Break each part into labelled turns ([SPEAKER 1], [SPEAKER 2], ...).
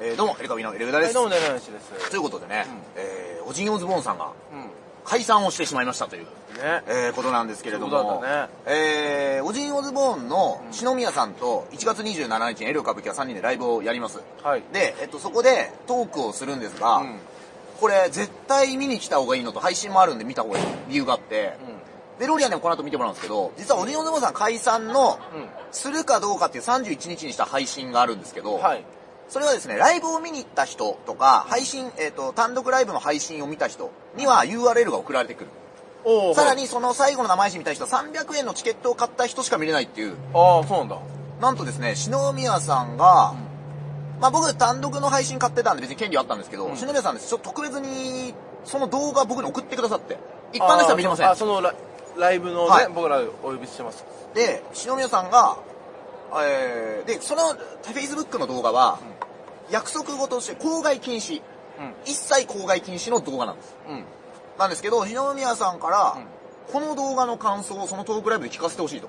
[SPEAKER 1] えー、どうも、エレカビのエレグダ
[SPEAKER 2] は
[SPEAKER 1] で
[SPEAKER 2] い、
[SPEAKER 1] す。
[SPEAKER 2] どうも、ねねねしです。
[SPEAKER 1] ということでね、えー、オジンオズボーンさんが
[SPEAKER 2] うん。ね。
[SPEAKER 1] 解散をしてしまいましたという、えー、ことなんですけれど
[SPEAKER 2] そういうこ
[SPEAKER 1] も、
[SPEAKER 2] とだね
[SPEAKER 1] えー、オジンオズボーンの篠宮さんと1月27日にエレカブキは3人でライブをやります。
[SPEAKER 2] はい。
[SPEAKER 1] で、えっと、そこでトークをするんですが、
[SPEAKER 2] うん
[SPEAKER 1] これ絶対見に来た方がいいのと配信もあるんで見た方がいい理由があって、デロリアンでもこの後見てもらうんですけど、実はオジンオズボーンさん解散の、
[SPEAKER 2] うん
[SPEAKER 1] するかどうかっていう31日にした配信があるんですけど、
[SPEAKER 2] うん。はい。
[SPEAKER 1] それはですね、ライブを見に行った人とか、配信、えっ、と、単独ライブの配信を見た人には URL が送られてくる。
[SPEAKER 2] おー
[SPEAKER 1] さら
[SPEAKER 2] はい
[SPEAKER 1] にその最後の生配信見た人、300円のチケットを買った人しか見れないっていう、
[SPEAKER 2] ああ、そうなんだ。
[SPEAKER 1] なんとですね、篠宮さんが、まあ僕単独の配信買ってたんで別に権利はあったんですけど、
[SPEAKER 2] うん
[SPEAKER 1] 篠宮さんですちょっと特別にその動画を僕に送ってくださって、一般の人は見れません
[SPEAKER 2] あー、。そのラライブのね、
[SPEAKER 1] はい
[SPEAKER 2] 僕らお呼びしてます。
[SPEAKER 1] で、篠宮さんが、えー、で、その Facebook の動画は、約束事として公害禁止。
[SPEAKER 2] うん。
[SPEAKER 1] 一切公害禁止の動画なんです。
[SPEAKER 2] うん。
[SPEAKER 1] なんですけど、篠宮さんから
[SPEAKER 2] うん、
[SPEAKER 1] この動画の感想をそのトークライブで聞かせてほしいと、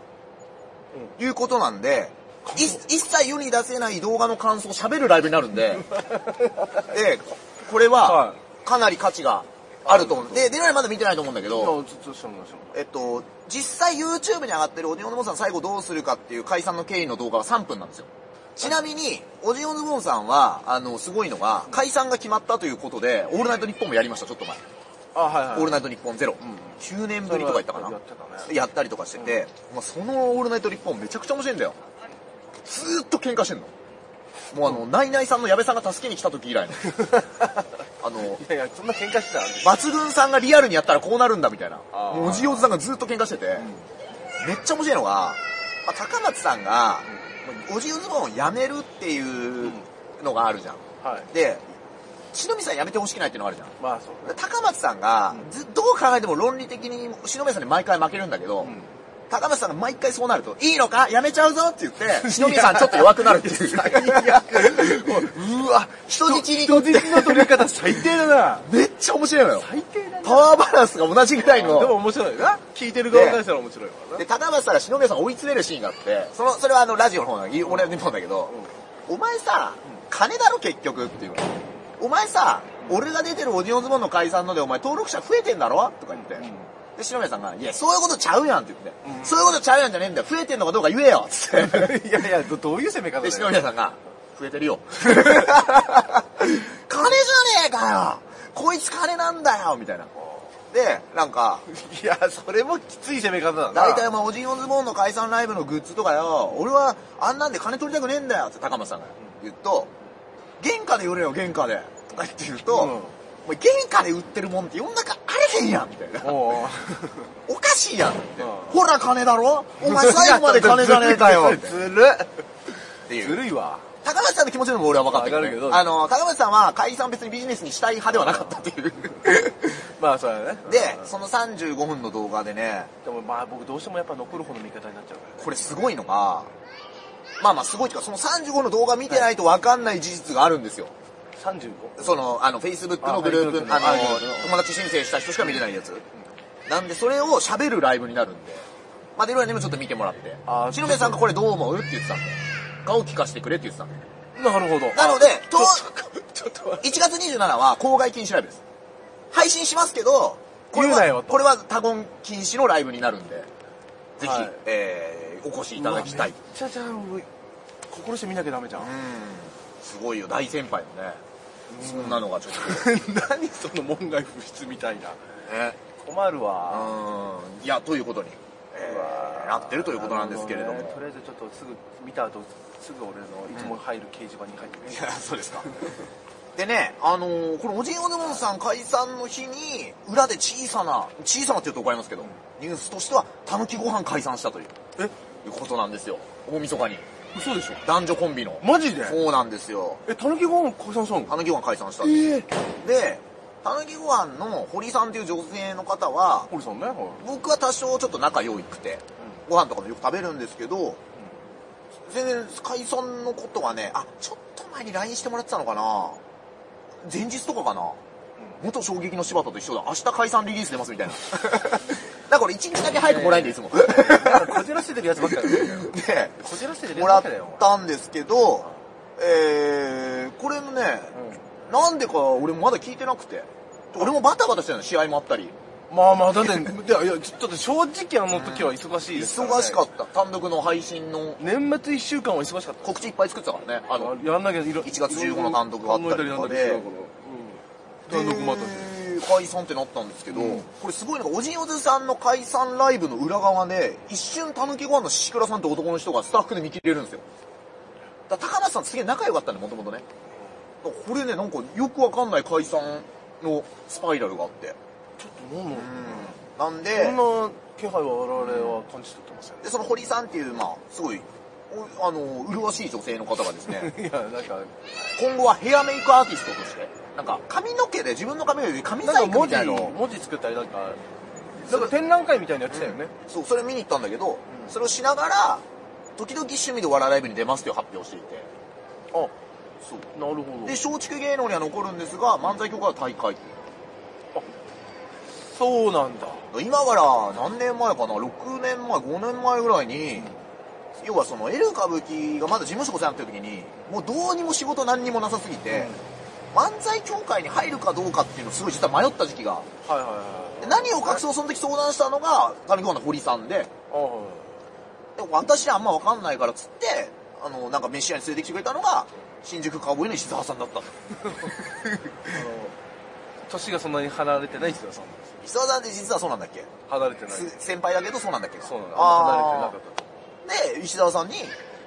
[SPEAKER 1] いうことなんで、い一切世に出せない動画の感想を喋るライブになるんで、で、ここれ
[SPEAKER 2] は
[SPEAKER 1] は、かなり価値があると思う。で、デロリアンまだ見てないと思うんだけ
[SPEAKER 2] ち
[SPEAKER 1] ど、
[SPEAKER 2] ょっとしてもらいましょう。
[SPEAKER 1] えっと、実際 YouTube に上がってるオジンオズボーンさん最後どうするかっていう解散の経緯の動画は3分なんですよ。ちなみに、オジンオズボーンさんは、あの、すごいのが、解散が決まったということで、オールナイトニッポンもやりました、ちょっと前。
[SPEAKER 2] あーはいはい。
[SPEAKER 1] オールナ
[SPEAKER 2] イ
[SPEAKER 1] イトニッポンゼロ、9年ぶりとか言ったかな
[SPEAKER 2] やってたね
[SPEAKER 1] やったりとかしてて、まあ、その「オールナイトニッポン」めちゃくちゃ面白いんだよずーっと喧嘩してんのもうあの、ナイナイさんの矢部さんが助けに来た時以来 のあの
[SPEAKER 2] ト。いやいや、そんな喧嘩してたらね
[SPEAKER 1] 抜群さんがリアルにやったらこうなるんだみたいな
[SPEAKER 2] あー
[SPEAKER 1] もうおじおずさんがずーっと喧嘩してて、めっちゃ面白いのが、まあ、高松さんが、おじおずボンをやめるっていうのがあるじゃん、
[SPEAKER 2] はい。
[SPEAKER 1] で篠宮さんやめてほしくないっていうのがあるじゃん
[SPEAKER 2] まあ、 そうね。
[SPEAKER 1] 高松さんが、ずどう考えても論理的に篠宮さんに毎回負けるんだけど、
[SPEAKER 2] ん
[SPEAKER 1] 高松さんが毎回そうなると、いいのかやめちゃうぞって言って、篠宮さんちょっと弱くなるっ ていう。 もううわ、人質にとって
[SPEAKER 2] 人の取り方最低だな。
[SPEAKER 1] めっちゃ面白いのよ。
[SPEAKER 2] 最低だな。
[SPEAKER 1] パワーバランスが同じぐらい
[SPEAKER 2] でも
[SPEAKER 1] の。
[SPEAKER 2] 面白いよな。聞いてる側からしたら面白いから
[SPEAKER 1] で、
[SPEAKER 2] ね。
[SPEAKER 1] 高松さんが篠宮さんを追い詰めるシーンがあって、その、それはあの、ラジオの方なんだけど、俺の方だけど、お前さ、金だろ結局っていうの。お前さ、俺が出てるオディオンズボンの解散のでお前登録者増えてんだろとか言って。で、篠宮さんが、いや、そういうことちゃうやんって言って、そういうことちゃうやんじゃねえんだよ。増えてんのかどうか言 えよっつって。
[SPEAKER 2] いやいや、どどういう攻め方だ
[SPEAKER 1] で、篠
[SPEAKER 2] よ。
[SPEAKER 1] 宮さんが、増えてる よ。金じゃねえかよこいつ金なんだよみたいな。で、なんか、
[SPEAKER 2] いや、それもきつい攻め方だな。
[SPEAKER 1] 大体お前、オジンオズボーンの解散ライブのグッズとかよ、俺はあんなんで金取りたくねえんだよって高松さんが言うと、原価で売れよ、原価で。とか言って言うと、
[SPEAKER 2] うん
[SPEAKER 1] お前原価で売ってるもんって世の中あれへんやんみたいな。
[SPEAKER 2] おー
[SPEAKER 1] おかしいやんって。
[SPEAKER 2] うん
[SPEAKER 1] ほら金だろお前最後まで金じゃねえかよって
[SPEAKER 2] ずる
[SPEAKER 1] ってい
[SPEAKER 2] ず
[SPEAKER 1] う。
[SPEAKER 2] るいわ。
[SPEAKER 1] 高松さんの気持ちの方も俺は分かったけど,、
[SPEAKER 2] わかるけど
[SPEAKER 1] あの、高松さんは解散別にビジネスにしたい派ではなかったって いう。
[SPEAKER 2] まあ、そうだね。
[SPEAKER 1] で、その35分の動画でね、
[SPEAKER 2] でもまあ僕どうしてもやっぱ残る方の味方になっちゃうからね。
[SPEAKER 1] これすごいのが、まあまあすごいというか、その35の動画見てないと分かんない事実があるんですよ。
[SPEAKER 2] 35?
[SPEAKER 1] その、あの、Facebook のグループ、あ
[SPEAKER 2] あ
[SPEAKER 1] の
[SPEAKER 2] Facebook の、
[SPEAKER 1] 友達申請した人しか見れないやつ。なんで、それを喋るライブになるんで。まあ、で、いろいろね、ちょっと見てもらって
[SPEAKER 2] あ。ー
[SPEAKER 1] 篠宮さんがこれどう思うって言ってたんで。顔聞かせてくれって言ってたんで。
[SPEAKER 2] なるほど。
[SPEAKER 1] なので、と、
[SPEAKER 2] ちょっと待っ
[SPEAKER 1] 1
[SPEAKER 2] て。
[SPEAKER 1] 月27は公害禁止ライブです。配信しますけど、これ
[SPEAKER 2] 言うなよ
[SPEAKER 1] は、
[SPEAKER 2] と
[SPEAKER 1] これは多言禁止のライブになるんで、ぜひ、
[SPEAKER 2] はい
[SPEAKER 1] えー、お越しいただきたい。
[SPEAKER 2] めっちゃじゃあ、俺心して見なきゃダメじゃん。
[SPEAKER 1] うん、すごいよ、大先輩のね。そんなのがちょっと
[SPEAKER 2] 何その門外不出みたいな。
[SPEAKER 1] ね。
[SPEAKER 2] 困るわ。
[SPEAKER 1] うん、いや、ということに、えーなってるということなんですけれども。
[SPEAKER 2] なるほねとりあえずちょっとすぐ見た後、すぐ俺のいつも入る掲示板に入ってみ
[SPEAKER 1] い
[SPEAKER 2] る。
[SPEAKER 1] や、そうですか。でね、あのーこのおじいおねもんさん解散の日に、裏で小さな、小さなって言うと怒られますけど、ニュースとしては、たぬきご飯解散したという、
[SPEAKER 2] え
[SPEAKER 1] いうことなんですよ。大晦日に。
[SPEAKER 2] 嘘でしょ
[SPEAKER 1] 男女コンビの。
[SPEAKER 2] マジで
[SPEAKER 1] そうなんですよ。
[SPEAKER 2] え、たぬきご飯解散したの
[SPEAKER 1] たぬきご飯解散したんですよ。
[SPEAKER 2] ええ。
[SPEAKER 1] で、たぬきご飯の堀さんという女性の方は、
[SPEAKER 2] 堀さんね。はい
[SPEAKER 1] 僕は多少ちょっと仲良くて、ご飯とかもよく食べるんですけど、全然解散のことはね、あ、ちょっと前に LINE してもらってたのかな前日とかかな、元衝撃の柴田と一緒だ。明日解散リリース出ますみたいな。 だから一日だけ早くもらえんで、いつ も。
[SPEAKER 2] なんかこじらせてるやつばっかりだよ。
[SPEAKER 1] で、
[SPEAKER 2] こじらせてる
[SPEAKER 1] も
[SPEAKER 2] やつば
[SPEAKER 1] ら
[SPEAKER 2] っ
[SPEAKER 1] っ
[SPEAKER 2] かりだよ。お前
[SPEAKER 1] たんですけど、えー、これもね、なんでか俺まだ聞いてなくて。俺もバタバタしてるの、試合もあったり。
[SPEAKER 2] まあまあ、だって、いやいや、ちょっと正直あの時は忙しいですらね
[SPEAKER 1] 忙しかった。単独の配信の
[SPEAKER 2] 年末一週間は忙しかっ
[SPEAKER 1] 告知いっぱい作ってたからね。あ
[SPEAKER 2] た。
[SPEAKER 1] の、
[SPEAKER 2] やんなきゃいろ
[SPEAKER 1] 1月15の単独があったりとかで
[SPEAKER 2] 考えたりなんだりしながらうん単独もあったし。
[SPEAKER 1] で解散ってなったんですけど、これすごいのが、おじおずさんの解散ライブの裏側で、一瞬たぬきご飯のシシクラさんって男の人がスタッフで見切れるんですよ。だから高梨さんすげえ仲良かったんで、もともとね。だからこれね、なんかよくわかんない解散のスパイラルがあって。
[SPEAKER 2] ちょっともう、
[SPEAKER 1] なんで、
[SPEAKER 2] そんな気配は我々は感じ取ってませんね
[SPEAKER 1] で、その堀さんっていう、まあ、すごい、おあの、麗しい女性の方がですね、
[SPEAKER 2] いや、なんか、
[SPEAKER 1] 今後はヘアメイクアーティストとして、なんか髪の毛で、自分の髪の毛で髪
[SPEAKER 2] な
[SPEAKER 1] 細
[SPEAKER 2] んか
[SPEAKER 1] 工み
[SPEAKER 2] 文字
[SPEAKER 1] たいなのを、
[SPEAKER 2] 文字作ったりなんか、なんか展覧会みたいなやつだよね。
[SPEAKER 1] そう、それ見に行ったんだけど、それをしながら、時々趣味でお笑いライブに出ますっていう発表をしていて、
[SPEAKER 2] あ、
[SPEAKER 1] そう。
[SPEAKER 2] なるほど。
[SPEAKER 1] で、松竹芸能には残るんですが、漫才協会は大会。
[SPEAKER 2] そうなんだ。
[SPEAKER 1] 今から何年前かな、6年前、5年前ぐらいに、要はその、エル歌舞伎がまだ事務所こさなってる時に、もうどうにも仕事何にもなさすぎて、漫才協会に入るかどうかっていうのをすごい実は迷った時期が。
[SPEAKER 2] はいはいはい。
[SPEAKER 1] で何を隠そうその時相談したのが、金子の堀さんで、
[SPEAKER 2] あはい
[SPEAKER 1] でも私にはあんまわかんないからっつって、あの、なんか飯屋に連れてきてくれたのが、新宿カウボーイの石澤さんだった。
[SPEAKER 2] あの、年がそんなに離れてない人はさんです。
[SPEAKER 1] 石澤さんって実はそうなんだっけ、
[SPEAKER 2] 離れてない。
[SPEAKER 1] す先輩だけどそうなんだっけ
[SPEAKER 2] そうなんだ。
[SPEAKER 1] あ
[SPEAKER 2] 離れてなかった。
[SPEAKER 1] ーで、石澤さんに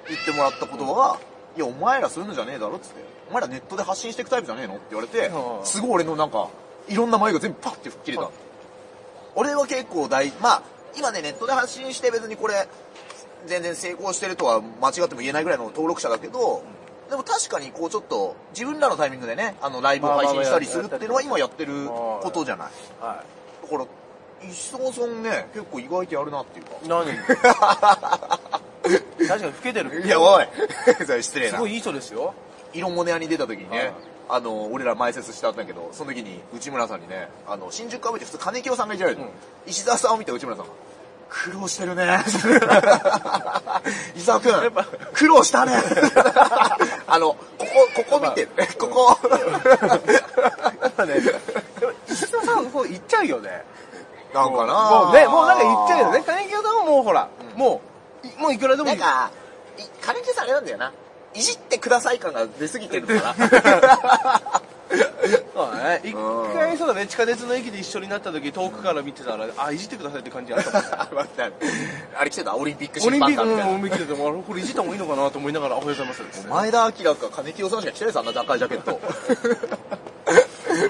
[SPEAKER 1] 言ってもらった言葉が、いや、お前らそういうのじゃねえだろっつって、お前らネットで発信していくタイプじゃねえのって言われて
[SPEAKER 2] う、ん
[SPEAKER 1] すごい俺のなんか、いろんな眉が全部パッて吹っ切れた。俺は結構大、まあ、今ね、ネットで発信して別にこれ、全然成功してるとは間違っても言えないぐらいの登録者だけど、でも確かにこうちょっと、自分らのタイミングでね、あの、ライブを配信したりするっていうのは今やってることじゃない。
[SPEAKER 2] は
[SPEAKER 1] だから、石澤さんね、結構意外とやるなっていうか。
[SPEAKER 2] い。何 確かに老けてる。
[SPEAKER 1] いや、おい それ失礼
[SPEAKER 2] す
[SPEAKER 1] な
[SPEAKER 2] ご。いいい人ですよ。
[SPEAKER 1] イロモネアに出た時に
[SPEAKER 2] は
[SPEAKER 1] ね
[SPEAKER 2] い、
[SPEAKER 1] あの、俺ら前説したんだけど、その時に内村さんにね、あの、新宿かぶって普通金清さんがいじられるの
[SPEAKER 2] うん
[SPEAKER 1] 石澤さんを見て内村さんが、苦労して るね。伊沢く
[SPEAKER 2] やっ
[SPEAKER 1] ん
[SPEAKER 2] ぱ、
[SPEAKER 1] 苦労したね。 あの、ここ、ここ見て、ここ。
[SPEAKER 2] でも石田さん、そう言っちゃうよね。
[SPEAKER 1] なんかな
[SPEAKER 2] もうね、もうなんか言っちゃうよね。金清さんはもうほら、もう、いもういくらでも
[SPEAKER 1] ないん
[SPEAKER 2] い。
[SPEAKER 1] か、い金木さんあれなんだよな。いじってください感が出すぎてるのかな。
[SPEAKER 2] そうだね。一
[SPEAKER 1] うん
[SPEAKER 2] 回そうだね、地下鉄の駅で一緒になった時、遠くから見てたら、あ、いじってくださいって感じあ ったもんね。
[SPEAKER 1] わかんないあれ来てたオリンピック
[SPEAKER 2] オリ
[SPEAKER 1] 審
[SPEAKER 2] ンピ
[SPEAKER 1] 判
[SPEAKER 2] ッ
[SPEAKER 1] 団み
[SPEAKER 2] ク
[SPEAKER 1] たい
[SPEAKER 2] の
[SPEAKER 1] な。
[SPEAKER 2] オリンピックでも、あれこれいじった方がいいのかなと思いながら、おはようございますですね。
[SPEAKER 1] 前田明か金清さんしか着てないです、あんな高いジャケッ ト。
[SPEAKER 2] あれ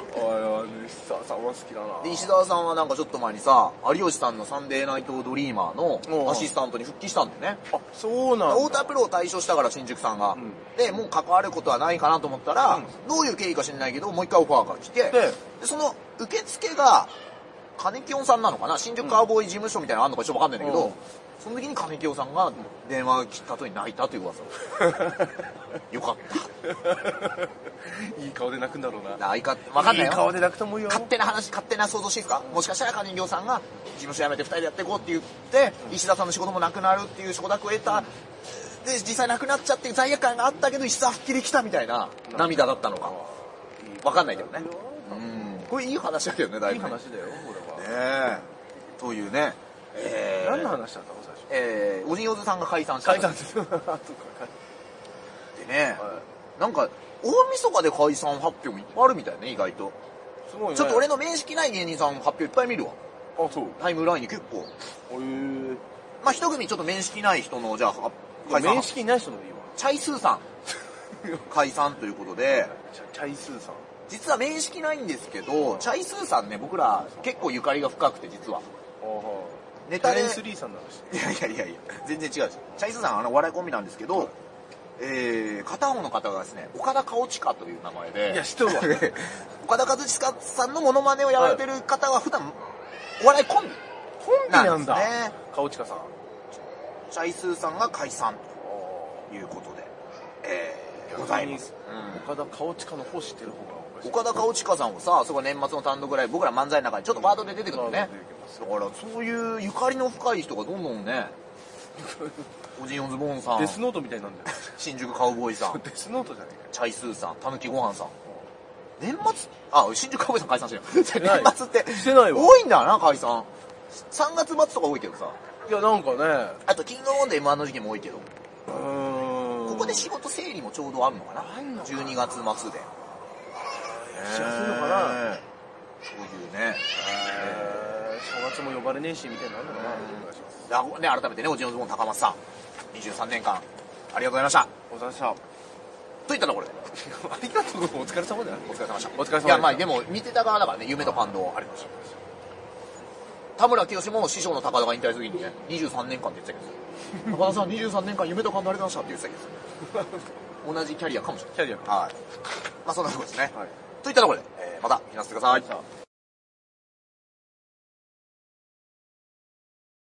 [SPEAKER 2] はね、石沢さんは好きだな。
[SPEAKER 1] で、石澤さんはなんかちょっと前にさ、有吉さんのサンデーナイトドリーマー
[SPEAKER 2] うん
[SPEAKER 1] のアシスタントに復帰したんだよね。
[SPEAKER 2] あ、そうなんだ。
[SPEAKER 1] 太田プロを退所したから新宿さんが。
[SPEAKER 2] ん
[SPEAKER 1] で、もう関わることはないかなと思ったら、どういう経緯か知らないけど、もう一回オファーが来て、
[SPEAKER 2] で
[SPEAKER 1] で、その受付が、金清さんなのかな新宿カーボーイ事務所みたいなのあんのかちょっとわかんないんだけど、
[SPEAKER 2] うん
[SPEAKER 1] その時に金清さんが電話切った後に泣いたという 噂をよかった。
[SPEAKER 2] いい顔で泣くんだろうな。
[SPEAKER 1] 泣いか、わかんないよ。
[SPEAKER 2] いい顔で泣くと思うよ。
[SPEAKER 1] 勝手な話、勝手な想像していいですかもしかしたら金人形さんが事務所辞めて二人でやっていこうって言って、石田さんの仕事もなくなるっていう承諾を得た、で、実際なくなっちゃって罪悪感があったけど、石田復帰できたみたいな涙だったのか。わかんないけどね。うん。これいい話だけどね、だい
[SPEAKER 2] いい
[SPEAKER 1] ぶね。
[SPEAKER 2] 話だよ、こ
[SPEAKER 1] ね
[SPEAKER 2] れは。
[SPEAKER 1] え。というね。えー、
[SPEAKER 2] 何の話だったの最初。
[SPEAKER 1] えー、おじいおずさんが解散した。
[SPEAKER 2] 解散です。あとか
[SPEAKER 1] ってね。
[SPEAKER 2] は
[SPEAKER 1] なんか、大晦日で解散発表もいっぱいあるみたいね、意外と。
[SPEAKER 2] いすごいね。
[SPEAKER 1] ちょっと俺の面識ない芸人さん発表いっぱい見るわ。
[SPEAKER 2] あ、そう。
[SPEAKER 1] タイムラインに結構。
[SPEAKER 2] へー
[SPEAKER 1] まあ、一組ちょっと面識ない人の、じゃあ、は解散。
[SPEAKER 2] 面識ない人のいいわ。
[SPEAKER 1] チャイスー さん。解散ということで、
[SPEAKER 2] チャチャイスーさん。
[SPEAKER 1] 実は面識ないんですけど、チャイスーさんね、僕ら結構ゆかりが深くて、実は。
[SPEAKER 2] あは
[SPEAKER 1] ネ
[SPEAKER 2] タ
[SPEAKER 1] タ
[SPEAKER 2] レ
[SPEAKER 1] で、
[SPEAKER 2] ンス
[SPEAKER 1] い
[SPEAKER 2] リーさんの話。
[SPEAKER 1] やいやいやいや、全然違うし。チャイスーさんはあの、お笑いコンビなんですけど、えー、片方の方がですね、岡田顔近という名前で、
[SPEAKER 2] いや、知 っとるわ。
[SPEAKER 1] 岡田和親さんのモノマネをやられてる方は普段、お笑いコンビ
[SPEAKER 2] コンビなんだ
[SPEAKER 1] なんですね。
[SPEAKER 2] 顔近さん。
[SPEAKER 1] チャイスーさんが解散
[SPEAKER 2] あ
[SPEAKER 1] ということで、えー、ございます。うん
[SPEAKER 2] ー岡田顔近の方知ってる方がおかしい。
[SPEAKER 1] 岡田顔近さんをさ、そこ年末の単独ライブ、僕ら漫才の中にちょっとワードで出てくるのね。だからそういうゆかりの深い人がどんどんね、オジンオズボーンさん
[SPEAKER 2] デ、スノートみたいになん だよ
[SPEAKER 1] 新宿カウボーイさん、
[SPEAKER 2] デスノートじゃねえ
[SPEAKER 1] チャイスーさん、たぬきごはんさん。年末、あ、新宿カウボーイさん解散してる。
[SPEAKER 2] ない
[SPEAKER 1] 年末って、
[SPEAKER 2] してないわ
[SPEAKER 1] 多いんだよな、解散。3月末とか多いけどさ。
[SPEAKER 2] かいやなんかね
[SPEAKER 1] あと、キングオンで M1 の時期も多いけど、
[SPEAKER 2] うーん
[SPEAKER 1] ここで仕事整理もちょうどあるのかな
[SPEAKER 2] あんのかな
[SPEAKER 1] ?12 月末で。
[SPEAKER 2] しやすいのかな
[SPEAKER 1] ねそういうね。
[SPEAKER 2] えー正月も呼ばれねえしみたいなのあるのかなお願いします
[SPEAKER 1] だね、改めてね、おじのズボン高松さん、23年間、ありがとうございました。
[SPEAKER 2] お疲れ様
[SPEAKER 1] といったところで、
[SPEAKER 2] ありがとうお疲れ様だよ
[SPEAKER 1] お疲れ様でした。
[SPEAKER 2] お疲れ様でした
[SPEAKER 1] いや、まあ、でも、見てた側だからね、夢と感動ありました。田村清も師匠の高田が引退する時にね、23年間って言ってたけど、高田さん23年間夢と感動ありがとうございましたって言ってたけど、同じキャリアかもしれない。
[SPEAKER 2] キャリア
[SPEAKER 1] はい。まあ、そんなところですね。
[SPEAKER 2] はい
[SPEAKER 1] といったところで、えーまた、避難してください。